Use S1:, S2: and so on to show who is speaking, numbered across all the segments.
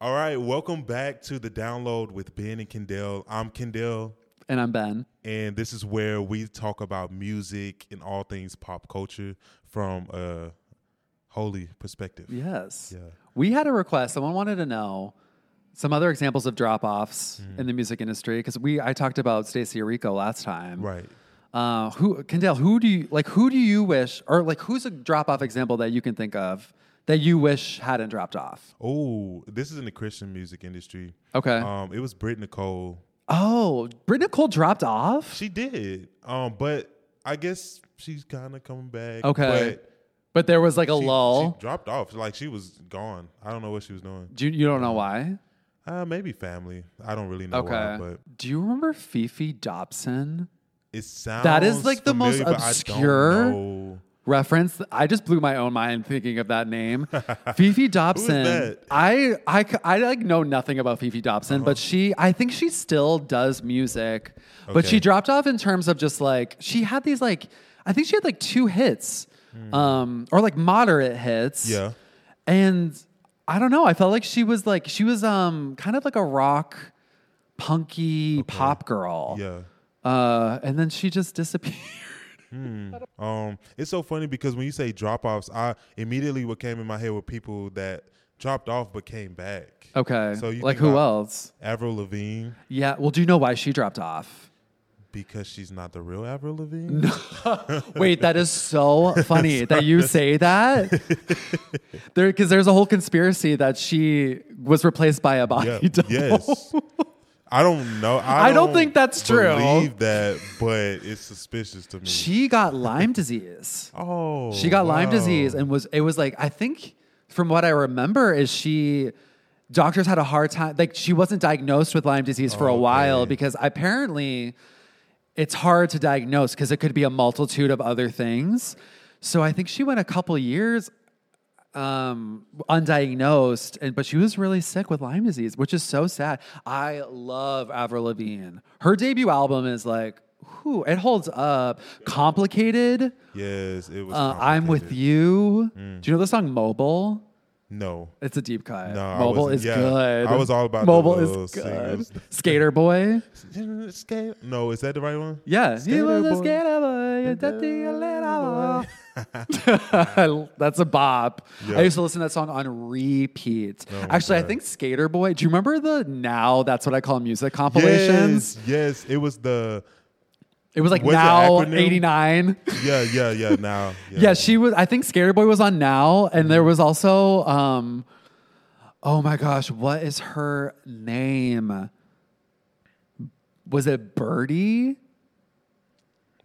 S1: All right, welcome back to the download with Ben and Kendall. I'm Kendall,
S2: And I'm Ben.
S1: and this is where we talk about music and all things pop culture from a holy perspective.
S2: Yes.
S1: Yeah.
S2: We had a request. Someone wanted to know some other examples of drop offs
S1: Mm-hmm.
S2: in the music industry because we I talked about Stacey Rico last time.
S1: Right.
S2: Uh, who Kendall, who do you like who do you wish or like who's a drop off example that you can think of that you wish hadn't dropped off?
S1: Oh, this is in the Christian music industry.
S2: Okay.
S1: Um, it was Brit Nicole.
S2: oh, Brit Nicole dropped off?
S1: She did. Um, but I guess she's kind of coming back.
S2: Okay.
S1: But
S2: But there was like a
S1: she-
S2: lull.
S1: She dropped off. Like she was gone. I don't know what she Oh. was doing.
S2: do you, you don't know why?
S1: Uh, maybe family. I don't really know
S2: Okay.
S1: why, but
S2: do you remember Fifi Dobson?
S1: It sounds
S2: That is, like, the most
S1: familiar, but I don't
S2: obscure-
S1: know.
S2: reference. I just blew my own mind thinking of that name, Fifi Dobson.
S1: that? Uh-huh.
S2: I, I c- I, like know nothing about Fifi Dobson, but she I think she still does music, but
S1: Okay.
S2: she dropped off in terms of just like she had these like I think she had like two hits, um, or like moderate hits.
S1: Hmm. Yeah.
S2: and I don't know. I felt like she was like she was um kind of like a rock, punky pop girl.
S1: Yeah.
S2: Uh, and then she just disappeared.
S1: Um, it's so funny because when you say drop offs, I immediately what came in my head were people that dropped off but came back.
S2: Okay,
S1: So you
S2: like
S1: think
S2: who
S1: about
S2: else?
S1: Avril Lavigne
S2: Yeah. Well, do you know why she dropped off?
S1: because she's not the real Avril Lavigne.
S2: Wait, that is so funny that you say that. there, because there's a whole conspiracy that she was replaced by a body
S1: Yeah.
S2: double.
S1: Yes. I don't know. I,
S2: I don't think that's true.
S1: Believe that, but it's suspicious to me.
S2: She got Lyme disease.
S1: oh,
S2: She got Lyme
S1: wow.
S2: disease and was it was like I think from what I remember is she doctors had a hard time like she wasn't diagnosed with Lyme disease for a while
S1: Okay.
S2: because apparently it's hard to diagnose because it could be a multitude of other things. So I think she went a couple years um undiagnosed and but she was really sick with Lyme disease, which is so sad. I love Avril Lavigne. Her debut album is like whew, it holds up. Complicated.
S1: Yes, it was.
S2: Uh, I'm with
S1: complicated.
S2: you. Do you know the song Mobile?
S1: No,
S2: It's a deep cut.
S1: Mm. No, I
S2: Mobile
S1: wasn't-
S2: is
S1: yeah,
S2: good.
S1: I was all about the
S2: Mobile
S1: little
S2: is
S1: singers.
S2: good. Skater boy.
S1: Skate- No, is that the right one?
S2: Yeah, he
S1: Skater
S2: was a
S1: boy.
S2: skater boy, a dirty little boy. That's a bop.
S1: Yeah.
S2: I used to listen to that song on repeat.
S1: Oh,
S2: Actually,
S1: okay.
S2: I think Skater Boy. Do you remember the now? That's what I call music compilations.
S1: Yes, yes, it was the
S2: It was like
S1: Was it
S2: now
S1: acronym?
S2: '89.
S1: yeah, yeah, yeah. Now,
S2: Yeah, she was. I think Skater Boy was on now, and there was also, um, oh my gosh, what is her name? Was it Birdie?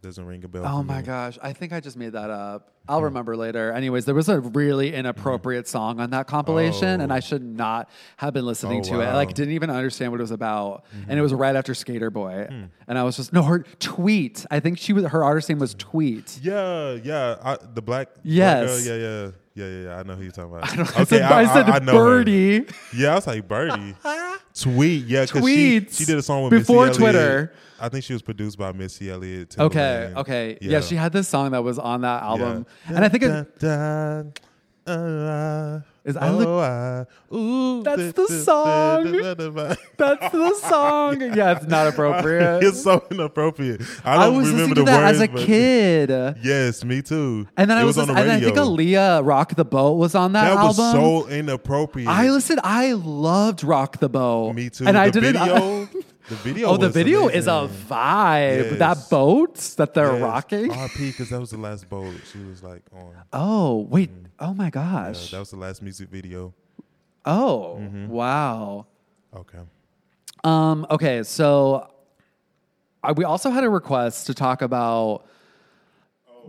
S1: doesn't ring a bell.
S2: Oh
S1: for
S2: my
S1: me.
S2: gosh, I think I just made that up. I'll remember later. Anyways, there was a really inappropriate song on that compilation, and
S1: Oh.
S2: I should not have been listening
S1: Oh,
S2: to it.
S1: wow.
S2: I like didn't even understand what it was about, and it was right after Skater Boy, and I was just no her tweet. I think she was her artist name was Tweet.
S1: Yeah, yeah. I, the black. black
S2: Yes.
S1: girl, yeah, yeah, yeah, yeah, yeah. I know who you're talking about.
S2: I said, I, said
S1: her.
S2: Birdie. Uh-huh.
S1: Yeah, I was like Birdie. Tweet. Yeah, because she,
S2: Tweets
S1: she did a song with
S2: before
S1: Missy Elliott.
S2: Twitter.
S1: I think she was produced by Missy Elliott.
S2: Okay,
S1: Timberland.
S2: okay. Yeah. she had this song that was on that
S1: Yeah.
S2: album. And I think it,
S1: Dun, dun, dun,
S2: Is I Look-
S1: oh, I- ooh,
S2: That's
S1: da,
S2: the
S1: da, da,
S2: song.
S1: da, da, da, da.
S2: that's the song. Yeah, it's not appropriate.
S1: it's so inappropriate. I
S2: I
S1: don't
S2: was
S1: remember
S2: listening
S1: the
S2: to that
S1: words,
S2: as a
S1: but-
S2: kid.
S1: Yes, me too.
S2: And then I
S1: It
S2: was,
S1: on the
S2: listening- and I think
S1: radio.
S2: Aaliyah Rock the Boat was on that,
S1: That was
S2: album.
S1: so inappropriate.
S2: I listened. I loved Rock the Boat.
S1: me too.
S2: And
S1: the
S2: I didn't.
S1: Video, the video.
S2: oh, the
S1: was
S2: video is a
S1: amazing.
S2: vibe.
S1: Yes.
S2: That boat that they're
S1: Yes,
S2: rocking.
S1: RP because that was the last boat she was like on. Uh,
S2: oh wait. Oh my
S1: that
S2: gosh.
S1: Mm-hmm. was the last music video.
S2: oh wow.
S1: Okay.
S2: Um, okay, so I, we also had a request to talk about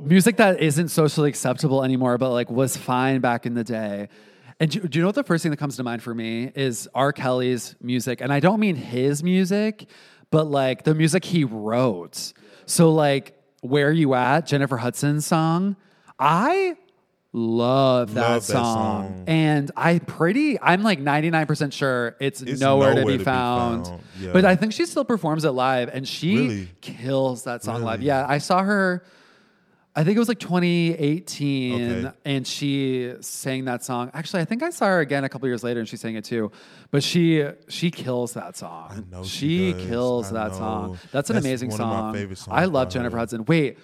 S2: music that isn't socially acceptable anymore, but like was fine back in the day. And do, do you know what the first thing that comes to mind for me is R. Kelly's music, and I don't mean his music, but like the music he wrote. So like "Where You At," Jennifer Hudson's song, I love that,
S1: Love that
S2: song.
S1: song.
S2: and I pretty, I'm like 99% sure it's
S1: It's
S2: nowhere, to
S1: nowhere
S2: be
S1: to be
S2: found.
S1: found. Yeah.
S2: But I think she still performs it live, and she
S1: Really?
S2: kills that song live.
S1: Really?
S2: Yeah, I saw her. I think it was like 2018,
S1: Okay.
S2: and she sang that song. Actually, I think I saw her again a couple years later, and she sang it too. But she she kills that song.
S1: I know she
S2: she,
S1: does.
S2: kills
S1: I
S2: that
S1: know.
S2: song. That's an
S1: That's
S2: amazing
S1: one of my
S2: song.
S1: favorite songs
S2: I love
S1: by
S2: Jennifer
S1: her.
S2: Hudson. Wait,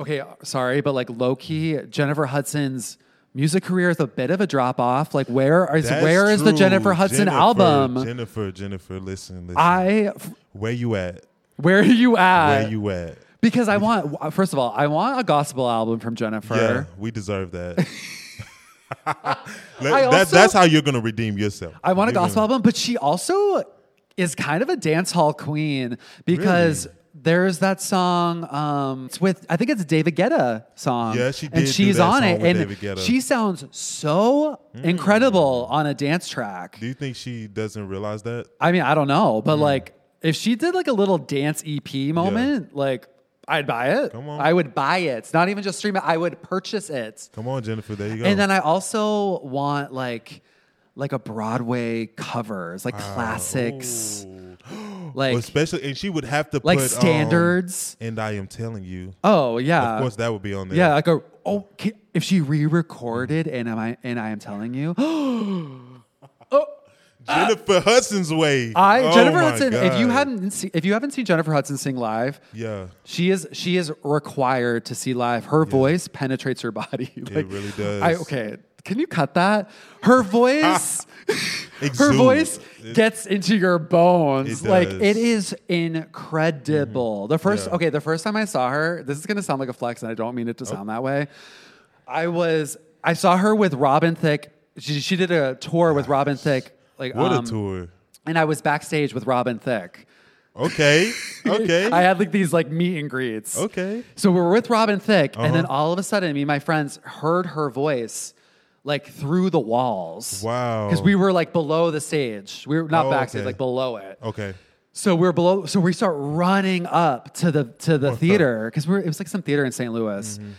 S2: okay, sorry, but like low key, Jennifer Hudson's music career is a bit of a drop off. Like, where is
S1: That's
S2: where is the
S1: true.
S2: Jennifer Hudson
S1: Jennifer,
S2: album?
S1: Jennifer, Jennifer, listen, listen.
S2: I
S1: where you at?
S2: where are you at?
S1: Where you at?
S2: Because I want, first of all, I want a gospel album from Jennifer.
S1: Yeah, we deserve that. Let-
S2: I
S1: that-
S2: also-
S1: that's how you're gonna redeem yourself.
S2: I want a
S1: You're gonna-
S2: gospel album, but she also is kind of a dance hall queen because there's that song. Um, it's with I think it's a David Guetta song.
S1: Yeah, she did
S2: and
S1: do
S2: she's
S1: that
S2: on
S1: song
S2: it,
S1: with
S2: and
S1: David Guetta. Mm.
S2: she sounds so incredible on a dance track.
S1: Do you think she doesn't realize that?
S2: I mean, I don't know, but like if she did like a little dance EP moment, like I'd buy it.
S1: Come on.
S2: I would buy it. It's not even just stream it. I would purchase it.
S1: Come on, Jennifer. There you go.
S2: And then I also want like like a Broadway covers, like
S1: Oh.
S2: classics,
S1: Ooh.
S2: like
S1: especially, and she would have to
S2: like
S1: put, um,
S2: standards.
S1: and I am telling you,
S2: oh yeah,
S1: of course, that would be on there.
S2: yeah. Like a oh, ca- if she re-recorded and am I and I am telling you,
S1: Jennifer Hudson's way.
S2: I
S1: Oh
S2: Jennifer
S1: my
S2: Hudson. If you
S1: God.
S2: haven't se- if you haven't seen Jennifer Hudson sing live.
S1: yeah,
S2: She is she is required to see live. Her voice penetrates her body. like,
S1: really does.
S2: I, okay, can you cut that? Her voice her
S1: Exudes.
S2: voice
S1: It-
S2: gets into your bones.
S1: It
S2: like
S1: does. Mm-hmm.
S2: it is incredible. The first
S1: Yeah. Oh.
S2: okay, the first time I saw her, this is gonna sound like a flex, and I don't mean it to sound that way. I was I saw her with Robin Thicke. She, she did a tour with Robin Thicke. Like
S1: what
S2: um,
S1: a tour.
S2: And I was backstage with Robin Thicke.
S1: Okay, okay,
S2: I had like these like meet and greets.
S1: okay.
S2: So we were with Robin Thicke, and then
S1: Uh-huh.
S2: all of a sudden, me and my friends heard her voice like through the walls.
S1: Wow.
S2: Because we were like below the stage. We were not
S1: Oh,
S2: backstage,
S1: okay.
S2: like below it.
S1: Okay.
S2: So we're below. So we start running up to the to the theater because we're it was like some theater in St. Louis.
S1: Mm-hmm.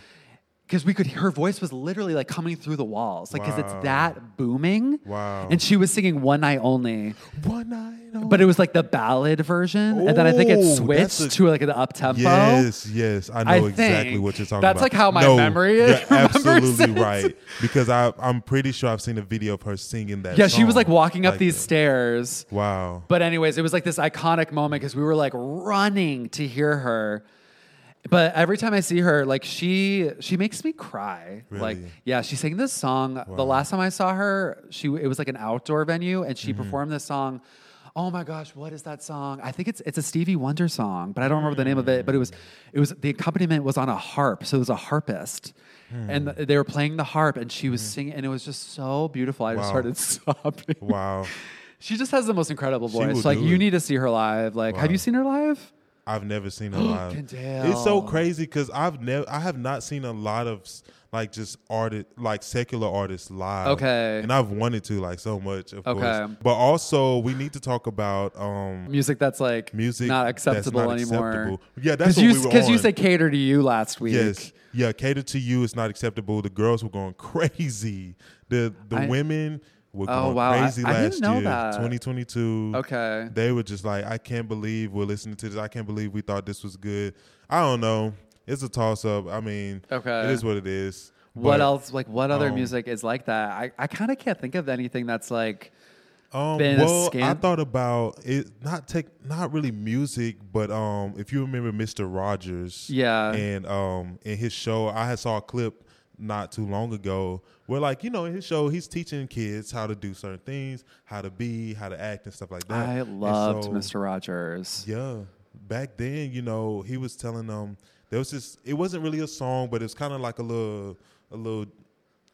S2: Because we could, her voice was literally like coming through the walls, like because
S1: Wow.
S2: it's that booming.
S1: Wow.
S2: And she was singing "One Night Only,"
S1: One night. only.
S2: but it was like the ballad version, and then I think it
S1: Ooh,
S2: switched
S1: that's a-
S2: to like an up tempo.
S1: Yes, yes, I know
S2: I
S1: exactly
S2: think
S1: what you're talking
S2: that's
S1: about.
S2: like how my memory
S1: You're
S2: remembers
S1: absolutely
S2: it.
S1: right because I, I'm pretty sure I've seen a video of her singing that.
S2: Yeah, she was like
S1: song
S2: walking up
S1: like
S2: these
S1: that.
S2: stairs.
S1: Wow.
S2: But anyways, it was like this iconic moment because we were like running to hear her. But every time I see her, like she she makes me cry. Like
S1: Really?
S2: yeah, she sang this song. The last time I saw her, she it was like an outdoor venue and
S1: Mm-hmm.
S2: she performed this song. Oh my gosh, what is that song? I think it's it's a Stevie Wonder song, but I don't remember the name of it. But it was it was the accompaniment was on a harp, so it was a harpist. And
S1: Hmm.
S2: th- they were playing the harp and she was singing and it was just so beautiful. I just
S1: Mm-hmm. Wow.
S2: started sobbing.
S1: Wow.
S2: She just has the most incredible
S1: will
S2: voice. Like
S1: do
S2: you
S1: it.
S2: need to see her live. Like, have
S1: Wow.
S2: you seen her live?
S1: I've never seen her live.
S2: Kendall.
S1: It's so crazy because I've never, I have not seen a lot of s- like just artist, like secular artists live.
S2: Okay.
S1: and I've wanted to like so much, of course.
S2: Okay.
S1: But also, we need to talk about um
S2: Music that's like
S1: music
S2: not
S1: that's
S2: acceptable
S1: not
S2: anymore.
S1: acceptable. Yeah, that's what
S2: you
S1: we were
S2: you
S1: on.
S2: said cater to you last week.
S1: yes, yeah, cater to you is not acceptable. The girls were going crazy. The the
S2: I-
S1: women were
S2: Oh,
S1: going
S2: wow. I-
S1: crazy
S2: I
S1: last
S2: didn't know
S1: year,
S2: that.
S1: 2022.
S2: Okay.
S1: they were just like, I can't believe we're listening to this. I can't believe we thought this was good. I don't know. It's a toss up. I mean,
S2: Okay.
S1: it is what it is.
S2: What
S1: But,
S2: else? Like, what other
S1: um,
S2: music is like that? I, I kind of can't think of anything that's like.
S1: Um,
S2: been a
S1: well, I
S2: scam?
S1: thought about it. Not tech, not really music, but um, if you remember Mr. Rogers,
S2: Yeah.
S1: and um, in his show, I had saw a clip not too long ago where, like, you know, in his show, he's teaching kids how to do certain things, how to be, how to act, and stuff like that.
S2: I
S1: And
S2: loved
S1: so-
S2: Mr. Rogers.
S1: Yeah. Back then, you know, he was telling them there was this it wasn't really a song, but it was kind of like a little a little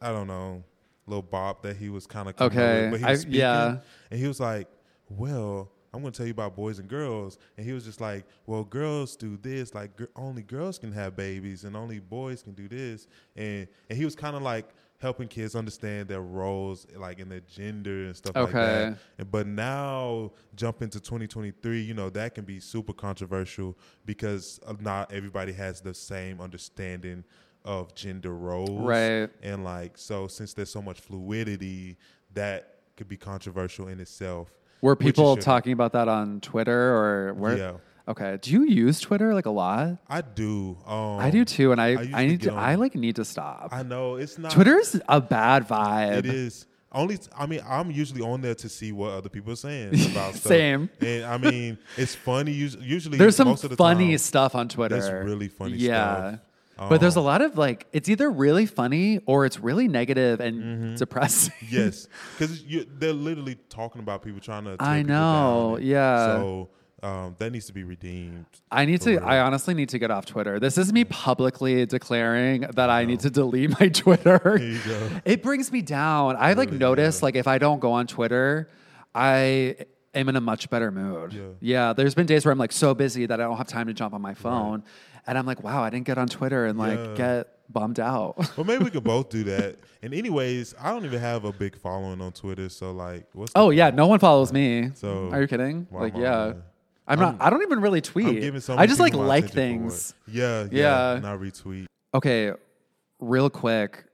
S1: I don't know, little bop that he was kind of
S2: Okay.
S1: but he
S2: I-
S1: was speaking,
S2: yeah.
S1: and he was like, "Well, I'm going to tell you about boys and girls." And he was just like, "Well, girls do this, like gir- only girls can have babies and only boys can do this." And and he was kind of like helping kids understand their roles like in their gender and stuff like that.
S2: Okay.
S1: And- But now, jump into 2023, you know, that can be super controversial because uh, not everybody has the same understanding of gender roles.
S2: Right.
S1: And like, so since there's so much fluidity, that could be controversial in itself.
S2: Were
S1: which it
S2: people
S1: shouldn't.
S2: talking about that on Twitter or where?
S1: Yeah.
S2: Okay. Do you use Twitter like a lot?
S1: I do. Um,
S2: I do too, and I
S1: used
S2: I,
S1: to
S2: need
S1: get
S2: to
S1: on-
S2: I like need to stop.
S1: I know it's not
S2: Twitter's a bad vibe.
S1: It is. Only I mean I'm usually on there to see what other people are saying about stuff.
S2: Same.
S1: And I mean it's funny. us- Usually
S2: There's some
S1: most of the
S2: funny
S1: time,
S2: stuff on Twitter.
S1: really funny
S2: yeah.
S1: stuff. Oh.
S2: But there's a lot of like it's either really funny or it's really negative and
S1: Mm-hmm.
S2: depressing.
S1: Yes, because they're literally talking about people trying to. Tear
S2: I
S1: people down.
S2: know, yeah.
S1: So um, that needs to be redeemed.
S2: I need to
S1: For real.
S2: I honestly need to get off Twitter. This is me publicly declaring that I need to delete my Twitter.
S1: Oh. you go.
S2: It brings me down. I like notice like if I don't go on Twitter, I am in a much better mood. Yeah. there's been days where I'm like so busy that I don't have time to jump on my phone and I'm like, wow, I didn't get on Twitter and like
S1: Yeah.
S2: get bummed out.
S1: Well, maybe we could both do that. And anyways, I don't even have a big following on Twitter, so like, what's the
S2: oh yeah, no one follows me.
S1: So,
S2: are you kidding?
S1: why
S2: like
S1: am I
S2: yeah.
S1: on there?
S2: I'm not I don't even really tweet.
S1: I'm giving so
S2: I
S1: many
S2: just like
S1: people my
S2: like
S1: attention for
S2: things.
S1: it. Yeah, yeah,
S2: Yeah.
S1: And I retweet.
S2: Okay, real quick.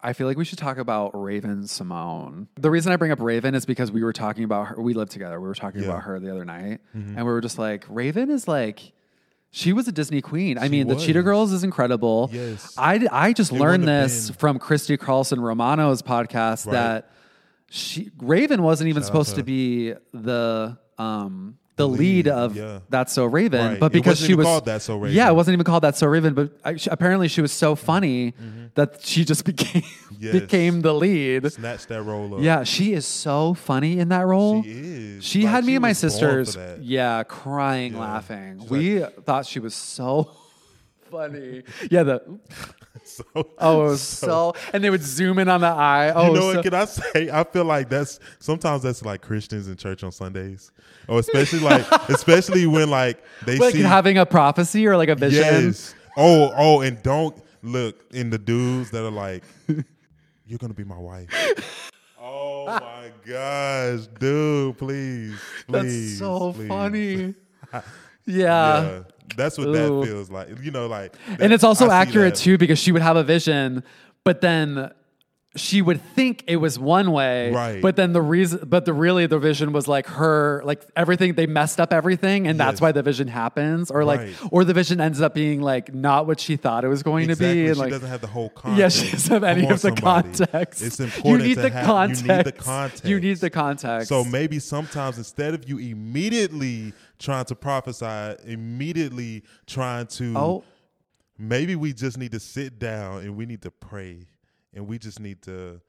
S2: I feel like we should talk about Raven Simone. The reason I bring up Raven is because we were talking about her. We lived together. We were talking
S1: Yeah. Mm-hmm.
S2: about her the other night, and we were just like, Raven is like, she was a Disney queen. I mean, the Cheetah
S1: was.
S2: Girls is incredible.
S1: Yes.
S2: I I just learned
S1: wouldn't have
S2: this
S1: been-
S2: from Christy Carlson Romano's podcast
S1: Right.
S2: that she Raven wasn't even supposed to be the um the lead,
S1: lead,
S2: of
S1: yeah.
S2: That's So Raven,
S1: Right.
S2: but
S1: It
S2: because
S1: wasn't
S2: she
S1: even
S2: was
S1: called That's So Raven.
S2: Yeah, it wasn't even called that so Raven, but I, she, apparently she was so funny that she just became
S1: Mm-hmm. Yes.
S2: became the lead.
S1: Snatch that roll up.
S2: Yeah, she is so funny in that role.
S1: She is.
S2: She
S1: Like,
S2: had me
S1: she
S2: and my
S1: was born for
S2: sisters,
S1: that.
S2: yeah, crying,
S1: Yeah.
S2: laughing.
S1: She's
S2: we thought she was so funny. Yeah, the
S1: So,
S2: oh, it was so, and they would zoom in on the eye. Oh,
S1: you know
S2: so-
S1: what? Can I say? I feel like that's sometimes that's like Christians in church on Sundays, or especially like especially when like they
S2: like
S1: see
S2: having a prophecy or like a vision.
S1: yes. Oh, oh, and don't look in the dudes that are like, "You're gonna be my wife." oh my gosh, dude! Please,
S2: That's
S1: please,
S2: so
S1: please.
S2: funny.
S1: Yeah,
S2: yeah.
S1: that's what
S2: Ooh.
S1: that feels like. You know, like, that-
S2: And it's also
S1: I see
S2: accurate
S1: that.
S2: too because she would have a vision, but then she would think it was one way,
S1: Right.
S2: But then the reason, but the really the vision was like her, like everything they messed up everything, and that's
S1: Yes.
S2: why the vision happens, or like,
S1: Right.
S2: or the vision ends up being like not what she thought it was going
S1: Exactly.
S2: to be,
S1: She
S2: and like
S1: doesn't have the whole context.
S2: yeah, she doesn't have any
S1: Come on,
S2: of the
S1: somebody.
S2: context.
S1: It's important.
S2: You need
S1: to
S2: the
S1: have,
S2: context.
S1: You need the context.
S2: You need the context.
S1: So maybe sometimes instead of you immediately trying to prophesy, immediately trying to,
S2: oh,
S1: maybe we just need to sit down and we need to pray and we just need to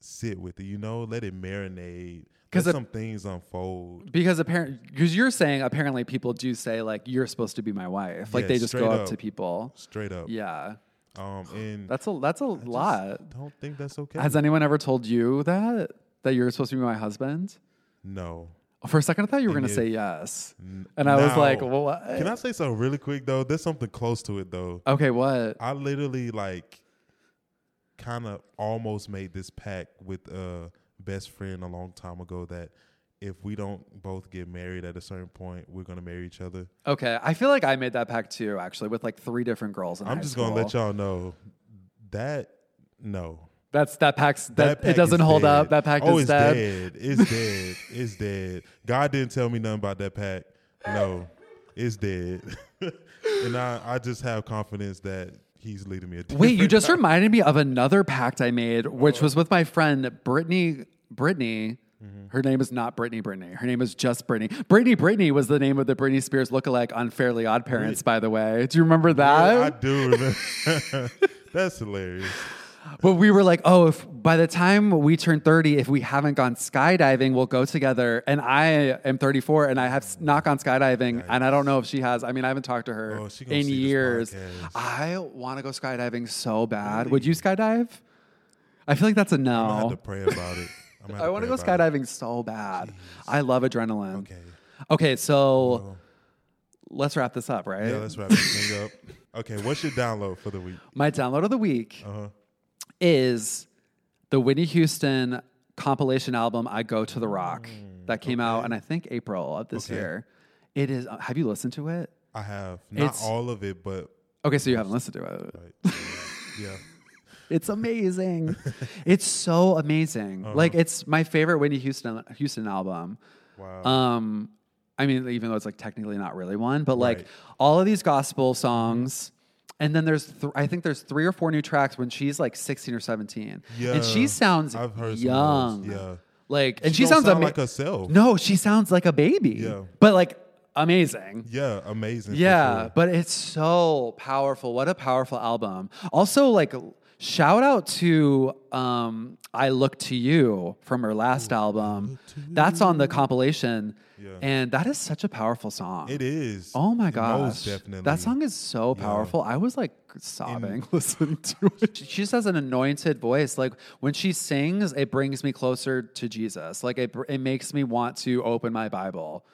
S1: sit with it. You know, let it marinate.
S2: 'Cause
S1: Let
S2: it-
S1: some things unfold.
S2: because apparently, because you're saying apparently people do say like you're supposed to be my wife, like
S1: Yeah,
S2: they just
S1: straight
S2: go up
S1: up.
S2: to people.
S1: Straight up.
S2: Yeah,
S1: Um. And
S2: that's a that's a
S1: I just
S2: lot.
S1: Don't think that's okay.
S2: Has anyone ever told you that that you're supposed to be my husband? Oh,
S1: no.
S2: For a second, I thought you were going to
S1: it-
S2: say yes, and I was
S1: Now,
S2: like, well, what?
S1: Can I say something really quick though? There's something close to it though.
S2: okay, what?
S1: I literally like kind of almost made this pact with a best friend a long time ago that if we don't both get married at a certain point, we're gonna marry each other.
S2: Okay, I feel like I made that pact too, actually, with like three different girls. In
S1: I'm
S2: high
S1: just gonna let
S2: school.
S1: y'all know that no.
S2: That's that pact. That,
S1: pact
S2: it doesn't
S1: is
S2: hold up.
S1: dead.
S2: That pact
S1: oh, it's
S2: is dead.
S1: It's dead. It's dead. God didn't tell me nothing about that pact. No, it's dead. and I, I just have confidence that he's leading me a different
S2: Wait, you just reminded me of another pact I made, which was with my friend Brittany. Brittany, her name is not Brittany. Brittany, her name is just Brittany. Brittany. Brittany was the name of the Britney Spears lookalike on Fairly Odd Parents. By the way, do you remember that?
S1: I do remember. That's hilarious.
S2: But we were like, oh, if by the time we turn 30, if we haven't gone skydiving, we'll go together. And I am 34 and I have s- not gone skydiving. And I don't know if she has. I mean, I haven't talked to her
S1: Oh, she gonna
S2: in
S1: see this
S2: years.
S1: podcast.
S2: I want to go skydiving so bad. Would you skydive? I feel like that's a
S1: I had to
S2: no.
S1: pray about it. I'm gonna have
S2: I want to
S1: pray
S2: go
S1: about it.
S2: skydiving so bad. I love adrenaline.
S1: Okay.
S2: Okay, so let's wrap this up, right?
S1: Yeah, let's wrap this thing up. Okay, what's your download for the week?
S2: My download of the week
S1: Uh-huh.
S2: is the Whitney Houston compilation album "I Go to the Rock" that came out in I think April of this
S1: Okay.
S2: year. It is. uh, Have you listened to it?
S1: I have not
S2: It's-
S1: all of it, but
S2: Okay, so you haven't listened to it.
S1: like, yeah.
S2: It's amazing. it's so amazing. Like it's my favorite Whitney Houston Houston album.
S1: Wow.
S2: Um, I mean, even though it's like technically not really one, but like
S1: Right.
S2: all of these gospel songs. And then there's, th- I think there's three or four new tracks when she's like 16 or 17.
S1: Yeah,
S2: And she sounds
S1: I've heard some of
S2: young.
S1: those, yeah.
S2: Like, and
S1: She
S2: she,
S1: don't
S2: sounds
S1: sound
S2: ama-
S1: like herself.
S2: No, she sounds like a baby.
S1: Yeah.
S2: But like amazing.
S1: Yeah, amazing. for
S2: Yeah,
S1: sure.
S2: but it's so powerful. What a powerful album. Also, like, shout out to um, I Look to You from her last album. That's on the compilation.
S1: Yeah.
S2: And that is such a powerful song.
S1: It is.
S2: Oh my
S1: Most
S2: gosh.
S1: definitely.
S2: That song is so powerful. I was like sobbing listening to it. She she just has an anointed voice. Like when she sings, it brings me closer to Jesus. Like it, br- it makes me want to open my Bible.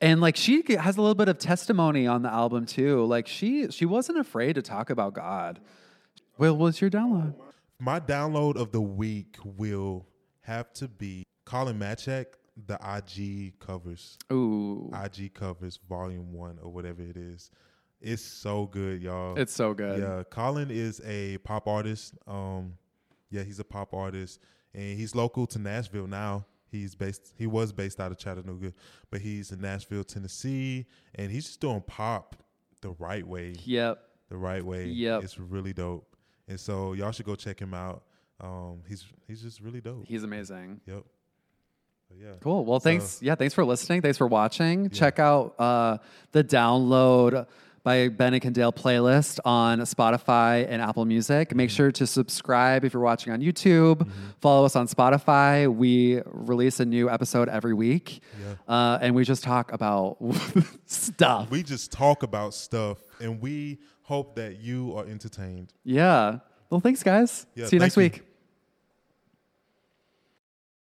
S2: And like she g- has a little bit of testimony on the album too. Like she she wasn't afraid to talk about God. Will, what's your download?
S1: My download of the week will have to be Colin Matchak, the IG covers.
S2: Ooh,
S1: IG covers volume one or whatever it is. It's so good, y'all.
S2: it's so good.
S1: yeah. Colin is a pop artist. Um, yeah, he's a pop artist, and he's local to Nashville now. He's based. He was based out of Chattanooga, but he's in Nashville, Tennessee, and he's just doing pop the right way
S2: Yep.
S1: the right way.
S2: Yep.
S1: It's really dope. And so y'all should go check him out. Um, he's he's just really dope.
S2: He's amazing.
S1: yep. But yeah.
S2: Cool. Well, thanks. yeah, thanks for listening. Thanks for watching. Check out uh, the download by Bennick and Dale playlist on Spotify and Apple Music. Make sure to subscribe if you're watching on YouTube. Follow us on Spotify. We release a new episode every week, uh, and we just talk about stuff.
S1: We just talk about stuff, and we hope that you are entertained.
S2: yeah. Well, thanks, guys.
S1: Yeah,
S2: See you next
S1: thank
S2: week.